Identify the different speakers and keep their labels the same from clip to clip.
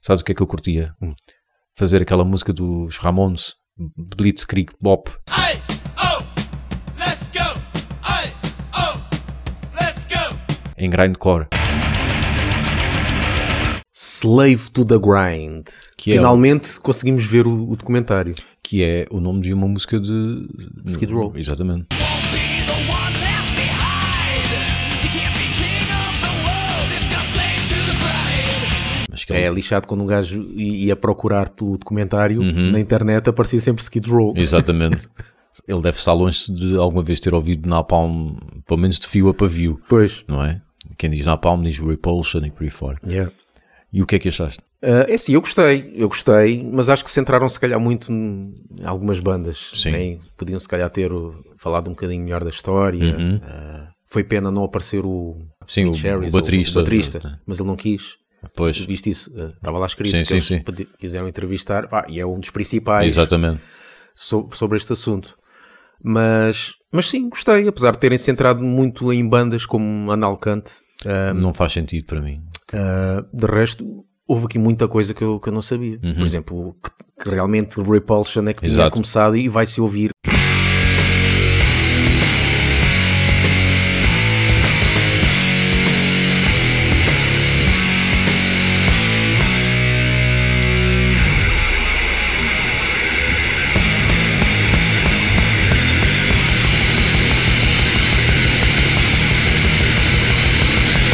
Speaker 1: Sabes o que é que eu curtia? Fazer aquela música dos Ramones, Blitzkrieg Bop.
Speaker 2: Hey, oh, let's go. Hey, oh, let's go.
Speaker 1: em grindcore.
Speaker 3: Slave to the Grind.
Speaker 1: Que é
Speaker 3: Finalmente conseguimos ver o, o documentário.
Speaker 1: que é o nome de uma música de
Speaker 3: Skid Row.
Speaker 1: Exatamente.
Speaker 2: Won't be the one left behind. You can't be king of the world if you're slave to the bride.
Speaker 1: Acho que
Speaker 3: É
Speaker 1: é
Speaker 3: lixado quando um gajo i- ia procurar pelo documentário na internet, aparecia sempre Skid Row.
Speaker 1: Exatamente. Ele deve estar longe de alguma vez ter ouvido Napalm, pelo menos de fio a pavio,
Speaker 3: Pois.
Speaker 1: não é? Quem diz Napalm diz Repulsion e por aí fora. E o que é que achaste?
Speaker 3: Ah, é sim, eu gostei, eu gostei, mas acho que centraram se calhar muito em algumas bandas.
Speaker 1: Sim.
Speaker 3: né? Podiam se calhar ter o- falado um bocadinho melhor da história. Ah, foi pena não aparecer o,
Speaker 1: Sim,
Speaker 3: Mitch
Speaker 1: o- o
Speaker 3: Harris,
Speaker 1: baterista.
Speaker 3: baterista, tá. mas ele não quis.
Speaker 1: Pois,
Speaker 3: Tu viste isso? Ah, Estava lá escrito
Speaker 1: Sim,
Speaker 3: que
Speaker 1: sim,
Speaker 3: eles
Speaker 1: sim.
Speaker 3: pedi- quiseram entrevistar, pá, e é um dos principais
Speaker 1: exatamente.
Speaker 3: so- sobre este assunto. Mas, mas sim, gostei, apesar de terem centrado muito em bandas como Analcante. ah,
Speaker 1: Não faz sentido para mim.
Speaker 3: ah, de resto, houve aqui muita coisa que eu, que eu não sabia. Por exemplo, que, que realmente o Repulsion é que tinha
Speaker 1: Uhum. Exato.
Speaker 3: começado e vai-se ouvir.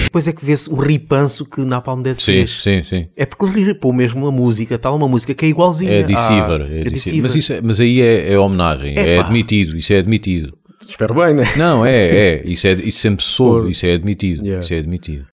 Speaker 3: Depois é que vê-se o ripanço que Napalm Death
Speaker 1: Sim,
Speaker 3: fez.
Speaker 1: sim, sim.
Speaker 3: É porque ele ripou mesmo a música, tal uma música que é igualzinha.
Speaker 1: É deceiver.
Speaker 3: à-
Speaker 1: é
Speaker 3: à
Speaker 1: deceiver.
Speaker 3: Deceiver.
Speaker 1: Mas, isso é- mas aí é, é homenagem, é
Speaker 3: Epá.
Speaker 1: admitido, isso é admitido.
Speaker 3: Espero bem, né?
Speaker 1: Não, é, é, isso, é, isso sempre soube,
Speaker 3: Por-
Speaker 1: isso é admitido,
Speaker 3: Yeah. Um
Speaker 1: isso é admitido.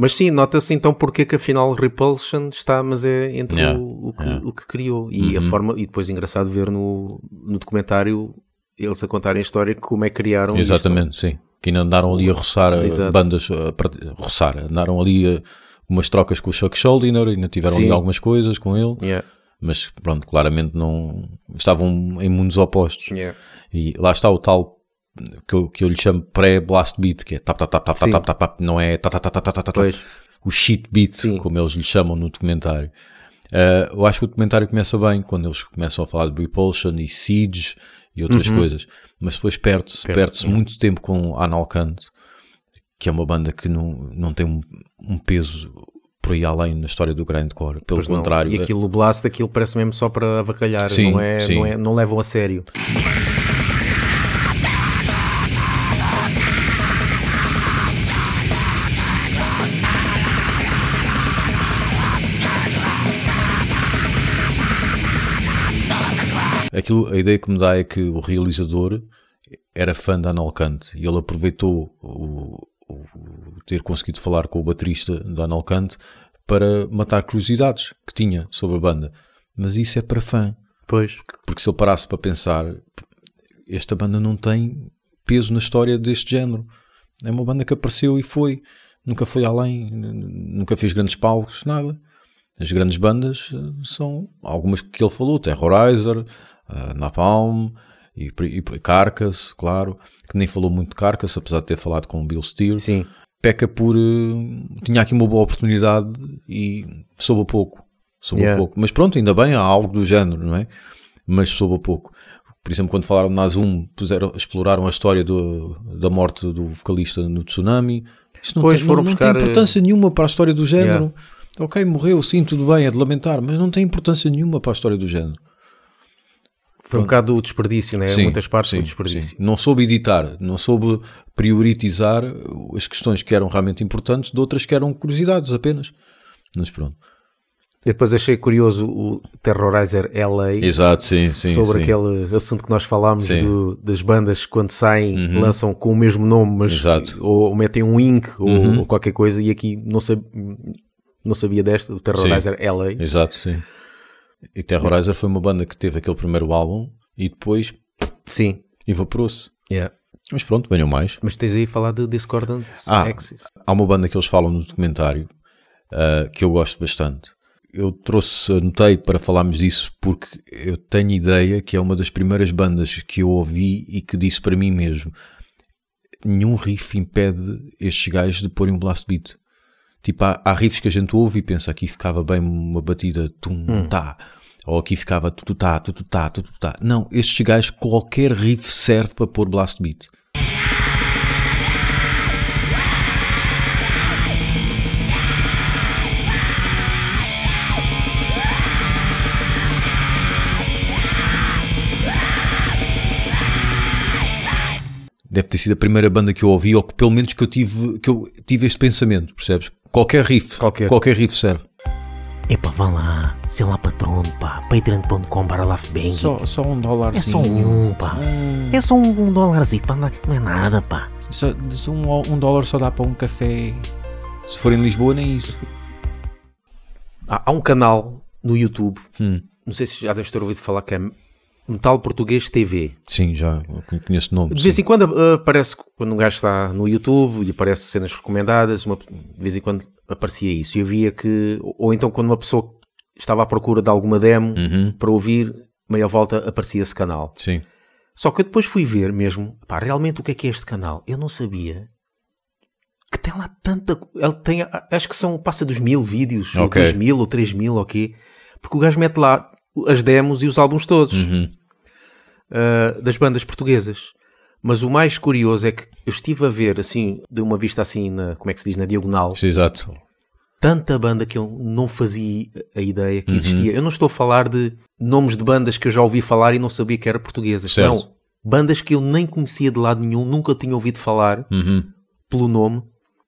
Speaker 3: Mas sim, nota-se então porque é que afinal Repulsion está, mas é entre
Speaker 1: Yeah,
Speaker 3: o, o que,
Speaker 1: yeah. Uhum.
Speaker 3: o que criou. E a forma, e depois engraçado ver no, no documentário eles a contarem a história de como é que criaram isto.
Speaker 1: Exatamente, sim. Que ainda andaram ali a roçar eh,
Speaker 3: Exato.
Speaker 1: bandas, a part- roçar, andaram ali a, umas trocas com o Chuck Schuldiner, ainda tiveram ali
Speaker 3: Sim.
Speaker 1: algumas coisas com ele,
Speaker 3: Yeah,
Speaker 1: mas pronto, claramente não estavam em mundos opostos.
Speaker 3: yeah.
Speaker 1: E lá está o tal que eu, que eu lhe chamo pré-blast beat, que é tap tap tap tap tap
Speaker 3: Sim.
Speaker 1: tap tap, tap, não é tap tap tap tap tap, tap, tap
Speaker 3: Pois.
Speaker 1: o shit beat,
Speaker 3: Sim.
Speaker 1: como eles lhe chamam no documentário. Ah, eu acho que o documentário começa bem quando eles começam a falar de Repulsion e Siege e outras coisas, mas depois perde-se
Speaker 3: Uhum. Perde-se,
Speaker 1: perde-se muito tempo com Analcant, que é uma banda que não, não tem um, um peso por aí além na história do grindcore, pelo
Speaker 3: Pois não.
Speaker 1: contrário. é.
Speaker 3: E aquilo, o blast, aquilo parece mesmo só para avacalhar.
Speaker 1: Sim,
Speaker 3: não, é,
Speaker 1: sim.
Speaker 3: Não, é, não levam a sério.
Speaker 1: Aquilo, a ideia que me dá é que o realizador era fã da Analcante e ele aproveitou o, o- o ter conseguido falar com o baterista da Analcante para matar curiosidades que tinha sobre a banda. Mas isso é para fã,
Speaker 3: Pois.
Speaker 1: porque se ele parasse para pensar, esta banda não tem peso na história deste género. É uma banda que apareceu e foi, nunca foi além, n- n- nunca fez grandes palcos, nada. As grandes bandas eh, são algumas que ele falou, Terrorizer, eh, Napalm e, por- e por- Carcass, claro, que nem falou muito de Carcass, apesar de ter falado com o Bill Steer.
Speaker 3: Sim.
Speaker 1: Peca por... eh, tinha aqui uma boa oportunidade e soube a pouco. Soube
Speaker 3: Yeah.
Speaker 1: a pouco. Mas pronto, ainda bem, há algo do género, não é? Mas soube a pouco. Por exemplo, quando falaram de Nazum, puseram, exploraram a história do- da morte do vocalista no tsunami. Isso não,
Speaker 3: Pois
Speaker 1: tem, não,
Speaker 3: foram
Speaker 1: não
Speaker 3: buscar,
Speaker 1: tem
Speaker 3: eh,
Speaker 1: importância nenhuma para a história do género.
Speaker 3: Yeah.
Speaker 1: Ok, morreu, sim, tudo bem, é de lamentar, mas não tem importância nenhuma para a história do género.
Speaker 3: Foi um bocado o desperdício, né?
Speaker 1: Sim,
Speaker 3: Muitas partes
Speaker 1: sim,
Speaker 3: foi desperdício.
Speaker 1: sim. Não soube editar, não soube prioritizar as questões que eram realmente importantes de outras que eram curiosidades apenas. Mas pronto.
Speaker 3: Eu depois achei curioso o Terrorizer LA
Speaker 1: Exato, sim, sim,
Speaker 3: sobre
Speaker 1: sim.
Speaker 3: aquele assunto que nós falámos
Speaker 1: Sim. Uhum.
Speaker 3: do- das bandas quando saem lançam com o mesmo nome, mas
Speaker 1: Exato. Uhum.
Speaker 3: ou metem um ink ou, ou qualquer coisa, e aqui não, sab- não sabia desta, o Terrorizer LA.
Speaker 1: Exato, sim. E Terrorizer foi uma banda que teve aquele primeiro álbum e depois
Speaker 3: Sim,
Speaker 1: evaporou-se.
Speaker 3: yeah.
Speaker 1: Mas pronto, venham mais.
Speaker 3: Mas tens aí a falar de Discordant
Speaker 1: Ah.
Speaker 3: Axis.
Speaker 1: Há uma banda que eles falam no documentário ah, que eu gosto bastante. Eu trouxe, anotei para falarmos disso porque eu tenho ideia que é uma das primeiras bandas que eu ouvi e que disse para mim mesmo: nenhum riff impede estes gajos de porem um blast beat. Tipo, há, há riffs que a gente ouve e pensa aqui ficava bem uma batida tum tá, ou aqui ficava tu tu tá, tu tu tá, tu tu tá. Não, estes gajos qualquer riff serve para pôr blast beat. Deve ter sido a primeira banda que eu ouvi, ou que pelo menos que eu tive, que eu tive este pensamento, percebes? Qualquer riff,
Speaker 3: Qualquer.
Speaker 1: riff serve.
Speaker 4: Epá, É vá lá, sei lá patrono, pá, patreon.com barra lafbang.
Speaker 5: Só, só um
Speaker 4: É só
Speaker 5: dólarzinho. Hum.
Speaker 4: um, pá. É só um, um dólarzinho, pá, não não é nada, pá.
Speaker 5: Só- só um, um dólar só dá para um café.
Speaker 1: Se for em Lisboa, nem isso.
Speaker 3: Há, há um canal no YouTube,
Speaker 1: Hum.
Speaker 3: não sei se já deves ter ouvido falar, que é Metal Português TV.
Speaker 1: Sim, já eu conheço nomes.
Speaker 3: De vez em quando ah, aparece, quando um gajo está no YouTube e aparece cenas recomendadas, uma- de vez em quando aparecia isso. E havia que, ou ou então quando uma pessoa estava à procura de alguma demo
Speaker 1: Hum.
Speaker 3: para ouvir, meia volta aparecia esse canal.
Speaker 1: Uhum. Sim.
Speaker 3: Só que eu depois fui ver mesmo, pá, realmente o que é que é este canal? Eu não sabia que tem lá tanta. co- Ele tem, acho que são, passa dos mil vídeos, ou
Speaker 1: Ok.
Speaker 3: dois mil, ou três mil, ou quê, porque o gajo mete lá as demos e os álbuns todos ah, das bandas portuguesas. Mas o mais curioso é que eu estive a ver, assim, de uma vista assim, na, como é que se diz, na diagonal,
Speaker 1: Sim, exato.
Speaker 3: tanta banda que eu não fazia a ideia que existia. Eu não estou a falar de nomes de bandas que eu já ouvi falar e não sabia que eram portuguesas.
Speaker 1: Certo.
Speaker 3: Não, bandas que eu nem conhecia de lado nenhum, nunca tinha ouvido falar
Speaker 1: Uhum.
Speaker 3: pelo nome.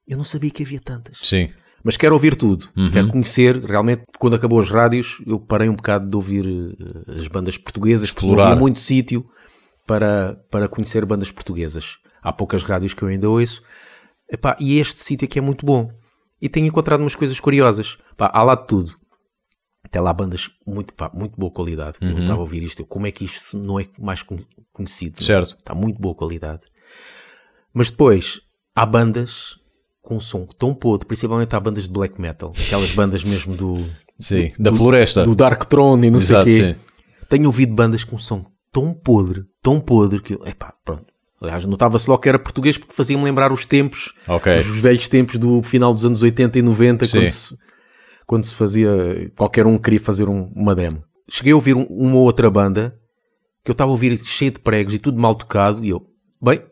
Speaker 3: Eu não sabia que havia tantas. Uhum.
Speaker 1: Sim.
Speaker 3: Mas quero ouvir tudo. Quero conhecer. Realmente, quando acabou os rádios, eu parei um bocado de ouvir eh, as bandas portuguesas. porque não
Speaker 1: Explorar.
Speaker 3: havia muito sítio para, para conhecer bandas portuguesas. Há poucas rádios que eu ainda ouço. Epá, e este sítio aqui é muito bom. E tenho encontrado umas coisas curiosas. Pá, há lá de tudo. Até lá bandas muito, pá, muito boa qualidade. Eu
Speaker 1: Uhum.
Speaker 3: estava a ouvir isto. eu, Como é que isto não é mais con- conhecido? né?
Speaker 1: Certo.
Speaker 3: Está muito boa qualidade. Mas depois, há bandas com um som tão podre, principalmente há bandas de black metal, aquelas bandas mesmo do,
Speaker 1: Sim. Da floresta.
Speaker 3: do Dark Throne e não
Speaker 1: Exato,
Speaker 3: sei o quê.
Speaker 1: sim.
Speaker 3: Tenho ouvido bandas com um som tão podre, tão podre, que eu, epá, pronto. Aliás, notava-se logo que era português porque fazia-me lembrar os tempos,
Speaker 1: Ok.
Speaker 3: os velhos tempos do final dos anos 80 e 90,
Speaker 1: Sim.
Speaker 3: quando se, quando se fazia, qualquer um queria fazer um- uma demo. Cheguei a ouvir um- uma outra banda que eu estava a ouvir cheio de pregos e tudo mal tocado e eu, bem,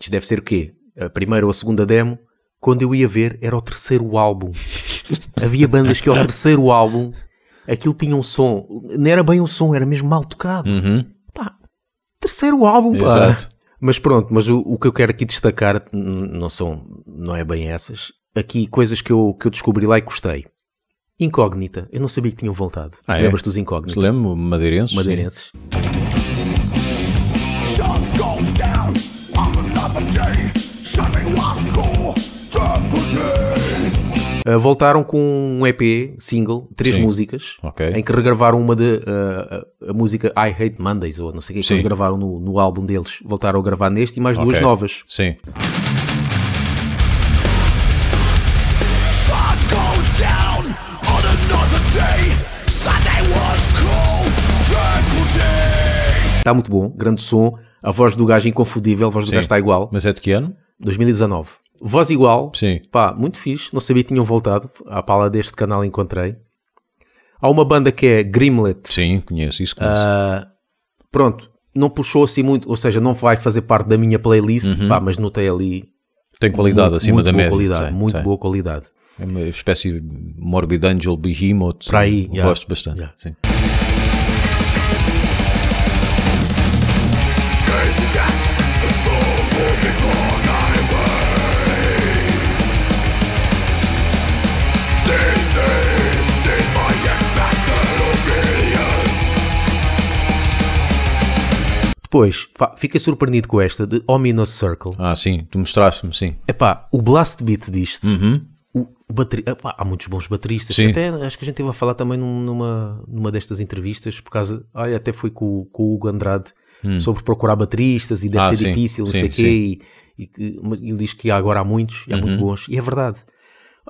Speaker 3: isto deve ser o quê? A primeira ou a segunda demo? Quando eu ia ver, era o terceiro álbum. Havia bandas que ao terceiro álbum aquilo tinha um som, não era bem um som, era mesmo mal tocado.
Speaker 1: Uhum.
Speaker 3: Pá, terceiro álbum, pá.
Speaker 1: Exato.
Speaker 3: Mas pronto, mas o, o que eu quero aqui destacar n- não são, não é bem essas. Aqui coisas que eu, que eu descobri lá e gostei. Incógnita, eu não sabia que tinham voltado.
Speaker 1: Ah, é?
Speaker 3: Lembras-te dos incógnitos?
Speaker 1: Se lembro, madeirenses.
Speaker 3: Madeirenses.
Speaker 2: Sun goes down on another day. Sunday was cool.
Speaker 3: Uh, voltaram com um EP, single, três
Speaker 1: Sim.
Speaker 3: músicas,
Speaker 1: Ok.
Speaker 3: em que regravaram uma de uh, a, a música I Hate Mondays, ou não sei o que, é que
Speaker 1: Sim.
Speaker 3: eles gravaram no, no álbum deles. Voltaram a gravar neste e mais
Speaker 1: Ok.
Speaker 3: duas novas.
Speaker 1: Sim.
Speaker 2: Sun goes down on another day. Sunday was cool. Tranquil day.
Speaker 3: Está muito bom, grande som. A voz do gajo é inconfundível, a voz do gajo está igual.
Speaker 1: Mas é de que ano?
Speaker 3: 2019. Voz igual.
Speaker 1: Sim.
Speaker 3: Pá, muito fixe. Não sabia que tinham voltado. À pala deste canal encontrei. Há uma banda que é Grimlet.
Speaker 1: Sim, conheço. Isso conheço.
Speaker 3: Pronto, não puxou assim muito, ou seja, não vai fazer parte da minha playlist, pá, mas notei ali
Speaker 1: tem Uhum. qualidade
Speaker 3: muito,
Speaker 1: acima
Speaker 3: muito
Speaker 1: da
Speaker 3: boa
Speaker 1: média.
Speaker 3: qualidade,
Speaker 1: Tem,
Speaker 3: muito
Speaker 1: tem.
Speaker 3: boa qualidade.
Speaker 1: É uma espécie de Morbid Angel, Behemoth.
Speaker 3: Para aí,
Speaker 1: Eu
Speaker 3: yeah.
Speaker 1: Gosto bastante.
Speaker 3: Yeah.
Speaker 1: Sim.
Speaker 2: Easy that. It's no moving on highway. These days, did I expect the obedience?
Speaker 3: Depois, fa- fiquei surpreendido com esta de Ominous Circle.
Speaker 1: Ah, sim. Tu mostraste-me, sim.
Speaker 3: Epá, o blast beat disto. O o bateri... epá, há muitos bons bateristas.
Speaker 1: Uhum. Sim.
Speaker 3: Até acho que a gente esteve a falar também num- numa, numa destas entrevistas, por causa. Olha, até foi com, o- com o Hugo Andrade. sobre procurar bateristas e deve
Speaker 1: Hum. Ah,
Speaker 3: ser
Speaker 1: sim,
Speaker 3: difícil, não
Speaker 1: sim,
Speaker 3: sei o quê. E, e que- mas ele diz que agora há muitos, e há
Speaker 1: Uhum.
Speaker 3: muito bons. E é verdade.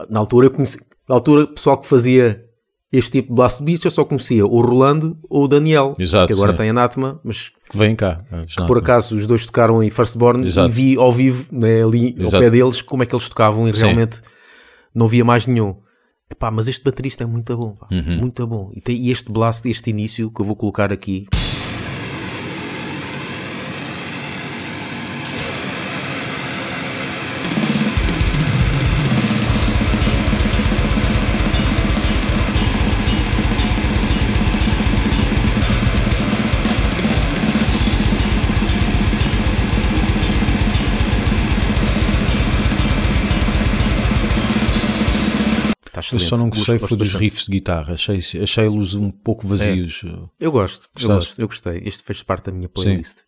Speaker 3: Na altura, eu conheci, na altura, o pessoal que fazia este tipo de blast beats, eu só conhecia o Rolando ou o Daniel,
Speaker 1: Exato,
Speaker 3: que agora
Speaker 1: sim.
Speaker 3: tem Anatema, mas
Speaker 1: Que vem cá. é,
Speaker 3: que por acaso os dois tocaram em Firstborn
Speaker 1: Exato.
Speaker 3: e vi ao vivo, né, ali ao
Speaker 1: Exato.
Speaker 3: pé deles, como é que eles tocavam e
Speaker 1: Sim.
Speaker 3: realmente não via mais nenhum. Epá, mas este baterista é muito bom, pá,
Speaker 1: Uhum.
Speaker 3: muito bom. E, tem, e este blast, este início que eu vou colocar aqui,
Speaker 1: Eu
Speaker 3: está tá excelente.
Speaker 1: só não gostei
Speaker 3: Gosto-
Speaker 1: foi
Speaker 3: gosto
Speaker 1: dos
Speaker 3: bastante.
Speaker 1: riffs de guitarra. Achei- Achei-los um pouco vazios.
Speaker 3: Eu gosto, eu
Speaker 1: Gostaste?
Speaker 3: gosto, eu gostei. Este fez parte da minha playlist.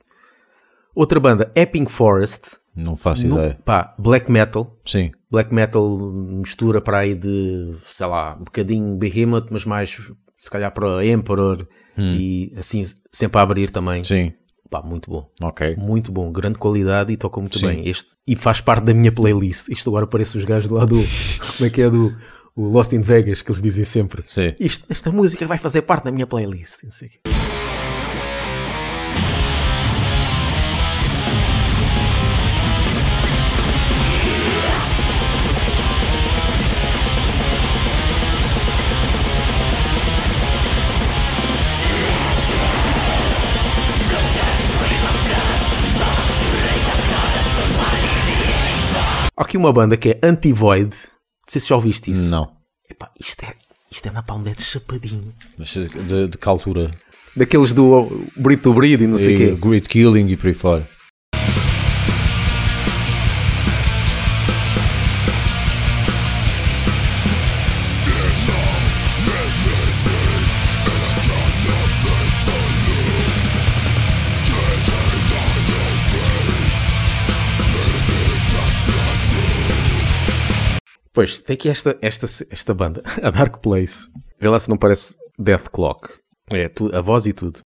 Speaker 3: Outra banda, Epping Forest,
Speaker 1: Não faço
Speaker 3: no-
Speaker 1: ideia.
Speaker 3: pá, black metal.
Speaker 1: Sim.
Speaker 3: black metal mistura para aí de, sei lá, um bocadinho Behemoth, mas mais se calhar para Emperor e assim sempre a abrir também.
Speaker 1: Hum. Sim.
Speaker 3: Pá, muito bom.
Speaker 1: Ok.
Speaker 3: Muito bom, grande qualidade e toca muito
Speaker 1: Sim.
Speaker 3: bem este. E faz parte da minha playlist. Isto agora parece os gajos lá do. Como é que é do o Lost in Vegas que eles dizem sempre.
Speaker 1: Sim.
Speaker 3: Isto- esta música vai fazer parte da minha playlist. não sei o quê. Há aqui uma banda que é Antivoid. Não sei se já ouviste isso.
Speaker 1: Não.
Speaker 3: Epá, isto é, isto é na palma de chapadinho.
Speaker 1: Mas eh, de, de que altura?
Speaker 3: Daqueles do Brito do Breed e não sei o
Speaker 1: E
Speaker 3: quê.
Speaker 1: Great Killing e por aí fora.
Speaker 3: Pois, tem aqui esta, esta, esta banda, a Dark Place. Vê lá se não parece Death Clock. É, tu- a voz e tudo.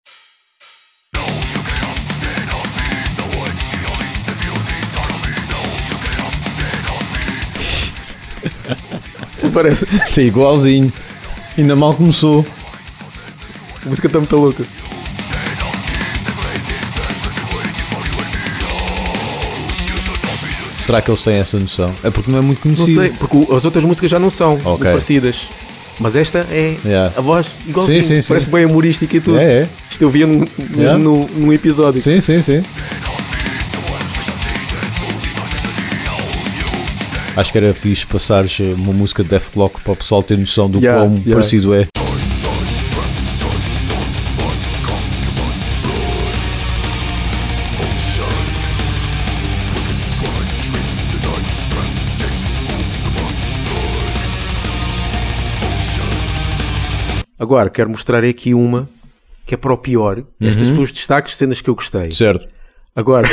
Speaker 3: Parece,
Speaker 1: Sim, igualzinho. Ainda mal começou.
Speaker 3: a música está muito louca.
Speaker 1: Será que eles têm essa noção? É porque não é muito
Speaker 3: Não
Speaker 1: conhecido.
Speaker 3: sei, porque o- as outras músicas já não são muito
Speaker 1: Ok.
Speaker 3: parecidas. Mas esta é
Speaker 1: Yeah.
Speaker 3: a voz igualzinho,
Speaker 1: Sim, sim, sim.
Speaker 3: parece bem humorística e tudo.
Speaker 1: É, é.
Speaker 3: Isto eu via num,
Speaker 1: Yeah.
Speaker 3: num, num episódio.
Speaker 1: Sim, sim, sim. Acho que era fixe passares eh, uma música de Death Clock para o pessoal ter noção do
Speaker 3: Yeah,
Speaker 1: quão
Speaker 3: yeah.
Speaker 1: parecido é.
Speaker 3: Agora, quero mostrar aqui uma que é para o pior. Estas foram os destaques, cenas que eu gostei.
Speaker 1: Certo.
Speaker 3: Agora,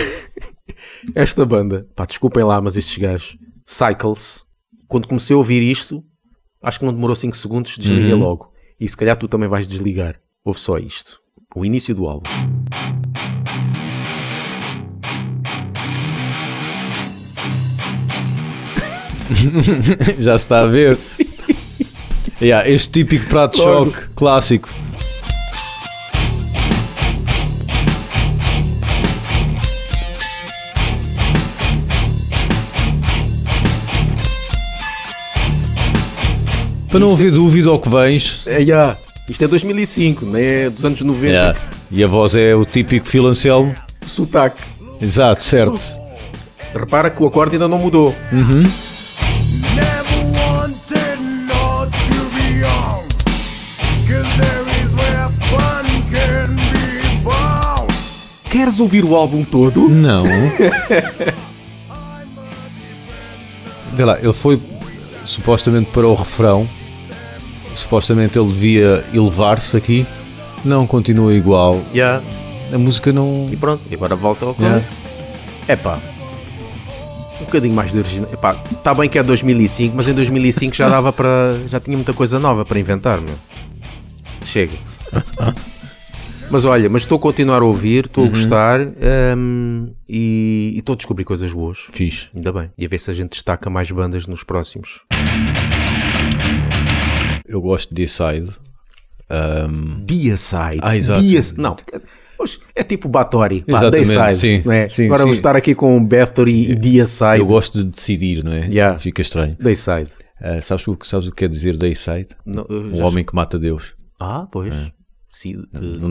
Speaker 3: esta banda, pá, desculpem lá, mas estes gajos, Cycles, quando comecei a ouvir isto, acho que não demorou 5 segundos, desliguei logo. E se calhar tu também vais desligar. Ouve só isto. O início do álbum.
Speaker 1: Já se está a ver. Yeah, este típico prato de
Speaker 3: Logo.
Speaker 1: choque clássico. Para não haver dúvida ao que vens,
Speaker 3: É, yeah. Isto é 2005, não é dos anos 90.
Speaker 1: yeah, e a voz é o típico Phil Anselmo.
Speaker 3: Sotaque.
Speaker 1: Exato, certo.
Speaker 3: Repara que o acorde ainda não mudou.
Speaker 6: Never wanted not to be young. Cause there is where fun can be found.
Speaker 3: Queres ouvir o álbum todo?
Speaker 1: Não. Vê lá, ele foi supostamente para o refrão. Supostamente ele devia elevar-se aqui. Não continua igual.
Speaker 3: Yeah.
Speaker 1: A música não.
Speaker 3: E pronto, e agora volta ao
Speaker 1: Yeah.
Speaker 3: começo. Epá. Um bocadinho mais de original. Epá, está bem que é 2005, mas em 2005 já dava para. já tinha muita coisa nova para inventar, meu. Chega. Mas olha, mas estou a continuar a ouvir, estou
Speaker 1: Uhum.
Speaker 3: a gostar hum, e e estou a descobrir coisas boas.
Speaker 1: Fixe.
Speaker 3: Ainda bem. E a ver se a gente destaca mais bandas nos próximos.
Speaker 1: Eu gosto de Side.
Speaker 3: Deicide.
Speaker 1: Ah, exato.
Speaker 3: Deicide. Não. Hoje É tipo Batori, pá,
Speaker 1: Exatamente,
Speaker 3: Deicide,
Speaker 1: sim,
Speaker 3: não é?
Speaker 1: sim,
Speaker 3: Agora
Speaker 1: sim.
Speaker 3: vamos estar aqui com Bathory e Deicide.
Speaker 1: Eu gosto de decidir, não é?
Speaker 3: Yeah.
Speaker 1: Fica estranho.
Speaker 3: Deicide.
Speaker 1: Ah, sabes, o, que- sabes o que quer dizer Dayside?
Speaker 3: Não, eu
Speaker 1: O
Speaker 3: já-
Speaker 1: homem É. que mata Deus.
Speaker 3: Ah, pois. Cid, eh,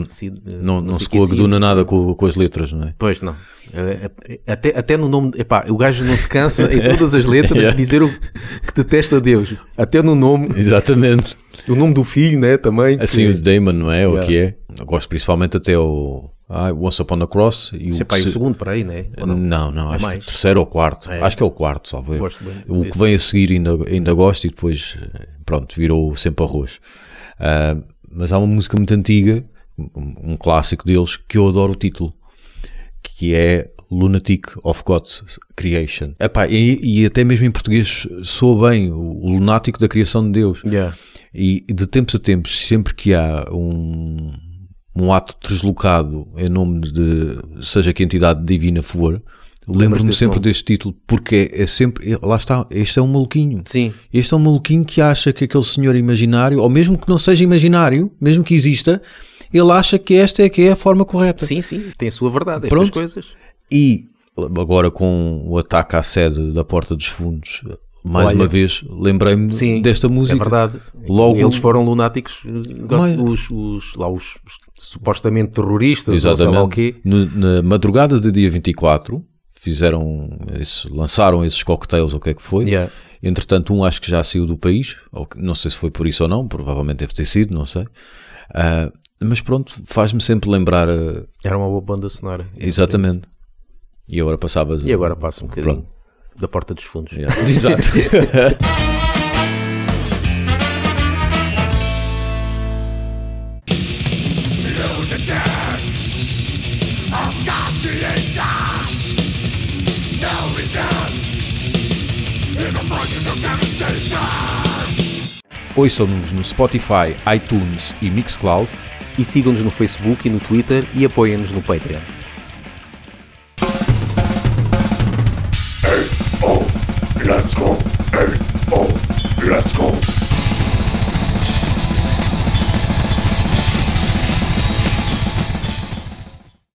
Speaker 3: Cid, eh,
Speaker 1: Não, não,
Speaker 3: sei
Speaker 1: se
Speaker 3: quem é Cid.
Speaker 1: coaduna nada com, com as letras, não é?
Speaker 3: Pois não. Eh, eh, Até, até no nome. Epá, o gajo não se cansa em todas as letras de dizer o que detesta Deus. Até no nome.
Speaker 1: Exatamente.
Speaker 3: O nome do filho, né? Também.
Speaker 1: Assim,
Speaker 3: que-
Speaker 1: o Damon, não é? O
Speaker 3: Yeah.
Speaker 1: que é? Eu gosto principalmente até o ah, Once Upon a Cross e
Speaker 3: Isso é
Speaker 1: o,
Speaker 3: pá,
Speaker 1: que
Speaker 3: e o
Speaker 1: se-
Speaker 3: segundo para aí, né? Ou
Speaker 1: Não, não, acho
Speaker 3: mais?
Speaker 1: que o terceiro ou quarto.
Speaker 3: É.
Speaker 1: Acho que é o quarto, só ver.
Speaker 3: Gosto bem
Speaker 1: O que
Speaker 3: desse.
Speaker 1: vem a seguir ainda, ainda gosto e depois, eh, pronto, virou sempre arroz. Ah, mas há uma música muito antiga, um, um clássico deles, que eu adoro o título, que é Lunatic of God's Creation. Epá, e, e até mesmo em português soa bem, o, o lunático da criação de Deus.
Speaker 3: Yeah.
Speaker 1: E de tempos a tempos, sempre que há um, um ato deslocado em nome de seja que entidade divina for, lembro-me
Speaker 3: desse
Speaker 1: sempre
Speaker 3: nome?
Speaker 1: deste título, porque é, é sempre. é- Lá está, este é um maluquinho.
Speaker 3: Sim.
Speaker 1: Este é um maluquinho que acha que aquele senhor imaginário, ou mesmo que não seja imaginário, mesmo que exista, ele acha que esta é que é a forma correta.
Speaker 3: Sim, sim, tem a sua verdade, estas
Speaker 1: Pronto.
Speaker 3: coisas.
Speaker 1: E agora com o ataque à sede da Porta dos Fundos, mais
Speaker 3: Olha.
Speaker 1: uma vez, lembrei-me
Speaker 3: Sim,
Speaker 1: desta música.
Speaker 3: É verdade.
Speaker 1: Logo-
Speaker 3: Eles foram lunáticos, eh,
Speaker 1: Mas-
Speaker 3: os, os- lá, os, os supostamente terroristas, ou sei lá o quê.
Speaker 1: No- na madrugada do dia 24, fizeram esse, lançaram esses cocktails, ou o que é que foi.
Speaker 3: Yeah.
Speaker 1: Entretanto, um acho que já saiu do país, ou que- não sei se foi por isso ou não, provavelmente deve ter sido, não sei. Ah, mas pronto, faz-me sempre lembrar ah,
Speaker 3: Era uma boa banda sonora.
Speaker 1: exatamente. E agora passava.
Speaker 3: E agora passa um bocadinho
Speaker 1: Pronto.
Speaker 3: da porta dos fundos.
Speaker 1: Yeah. Exato. Ouçam-nos no Spotify, iTunes e Mixcloud.
Speaker 3: E sigam-nos no Facebook e no Twitter e apoiem-nos no Patreon.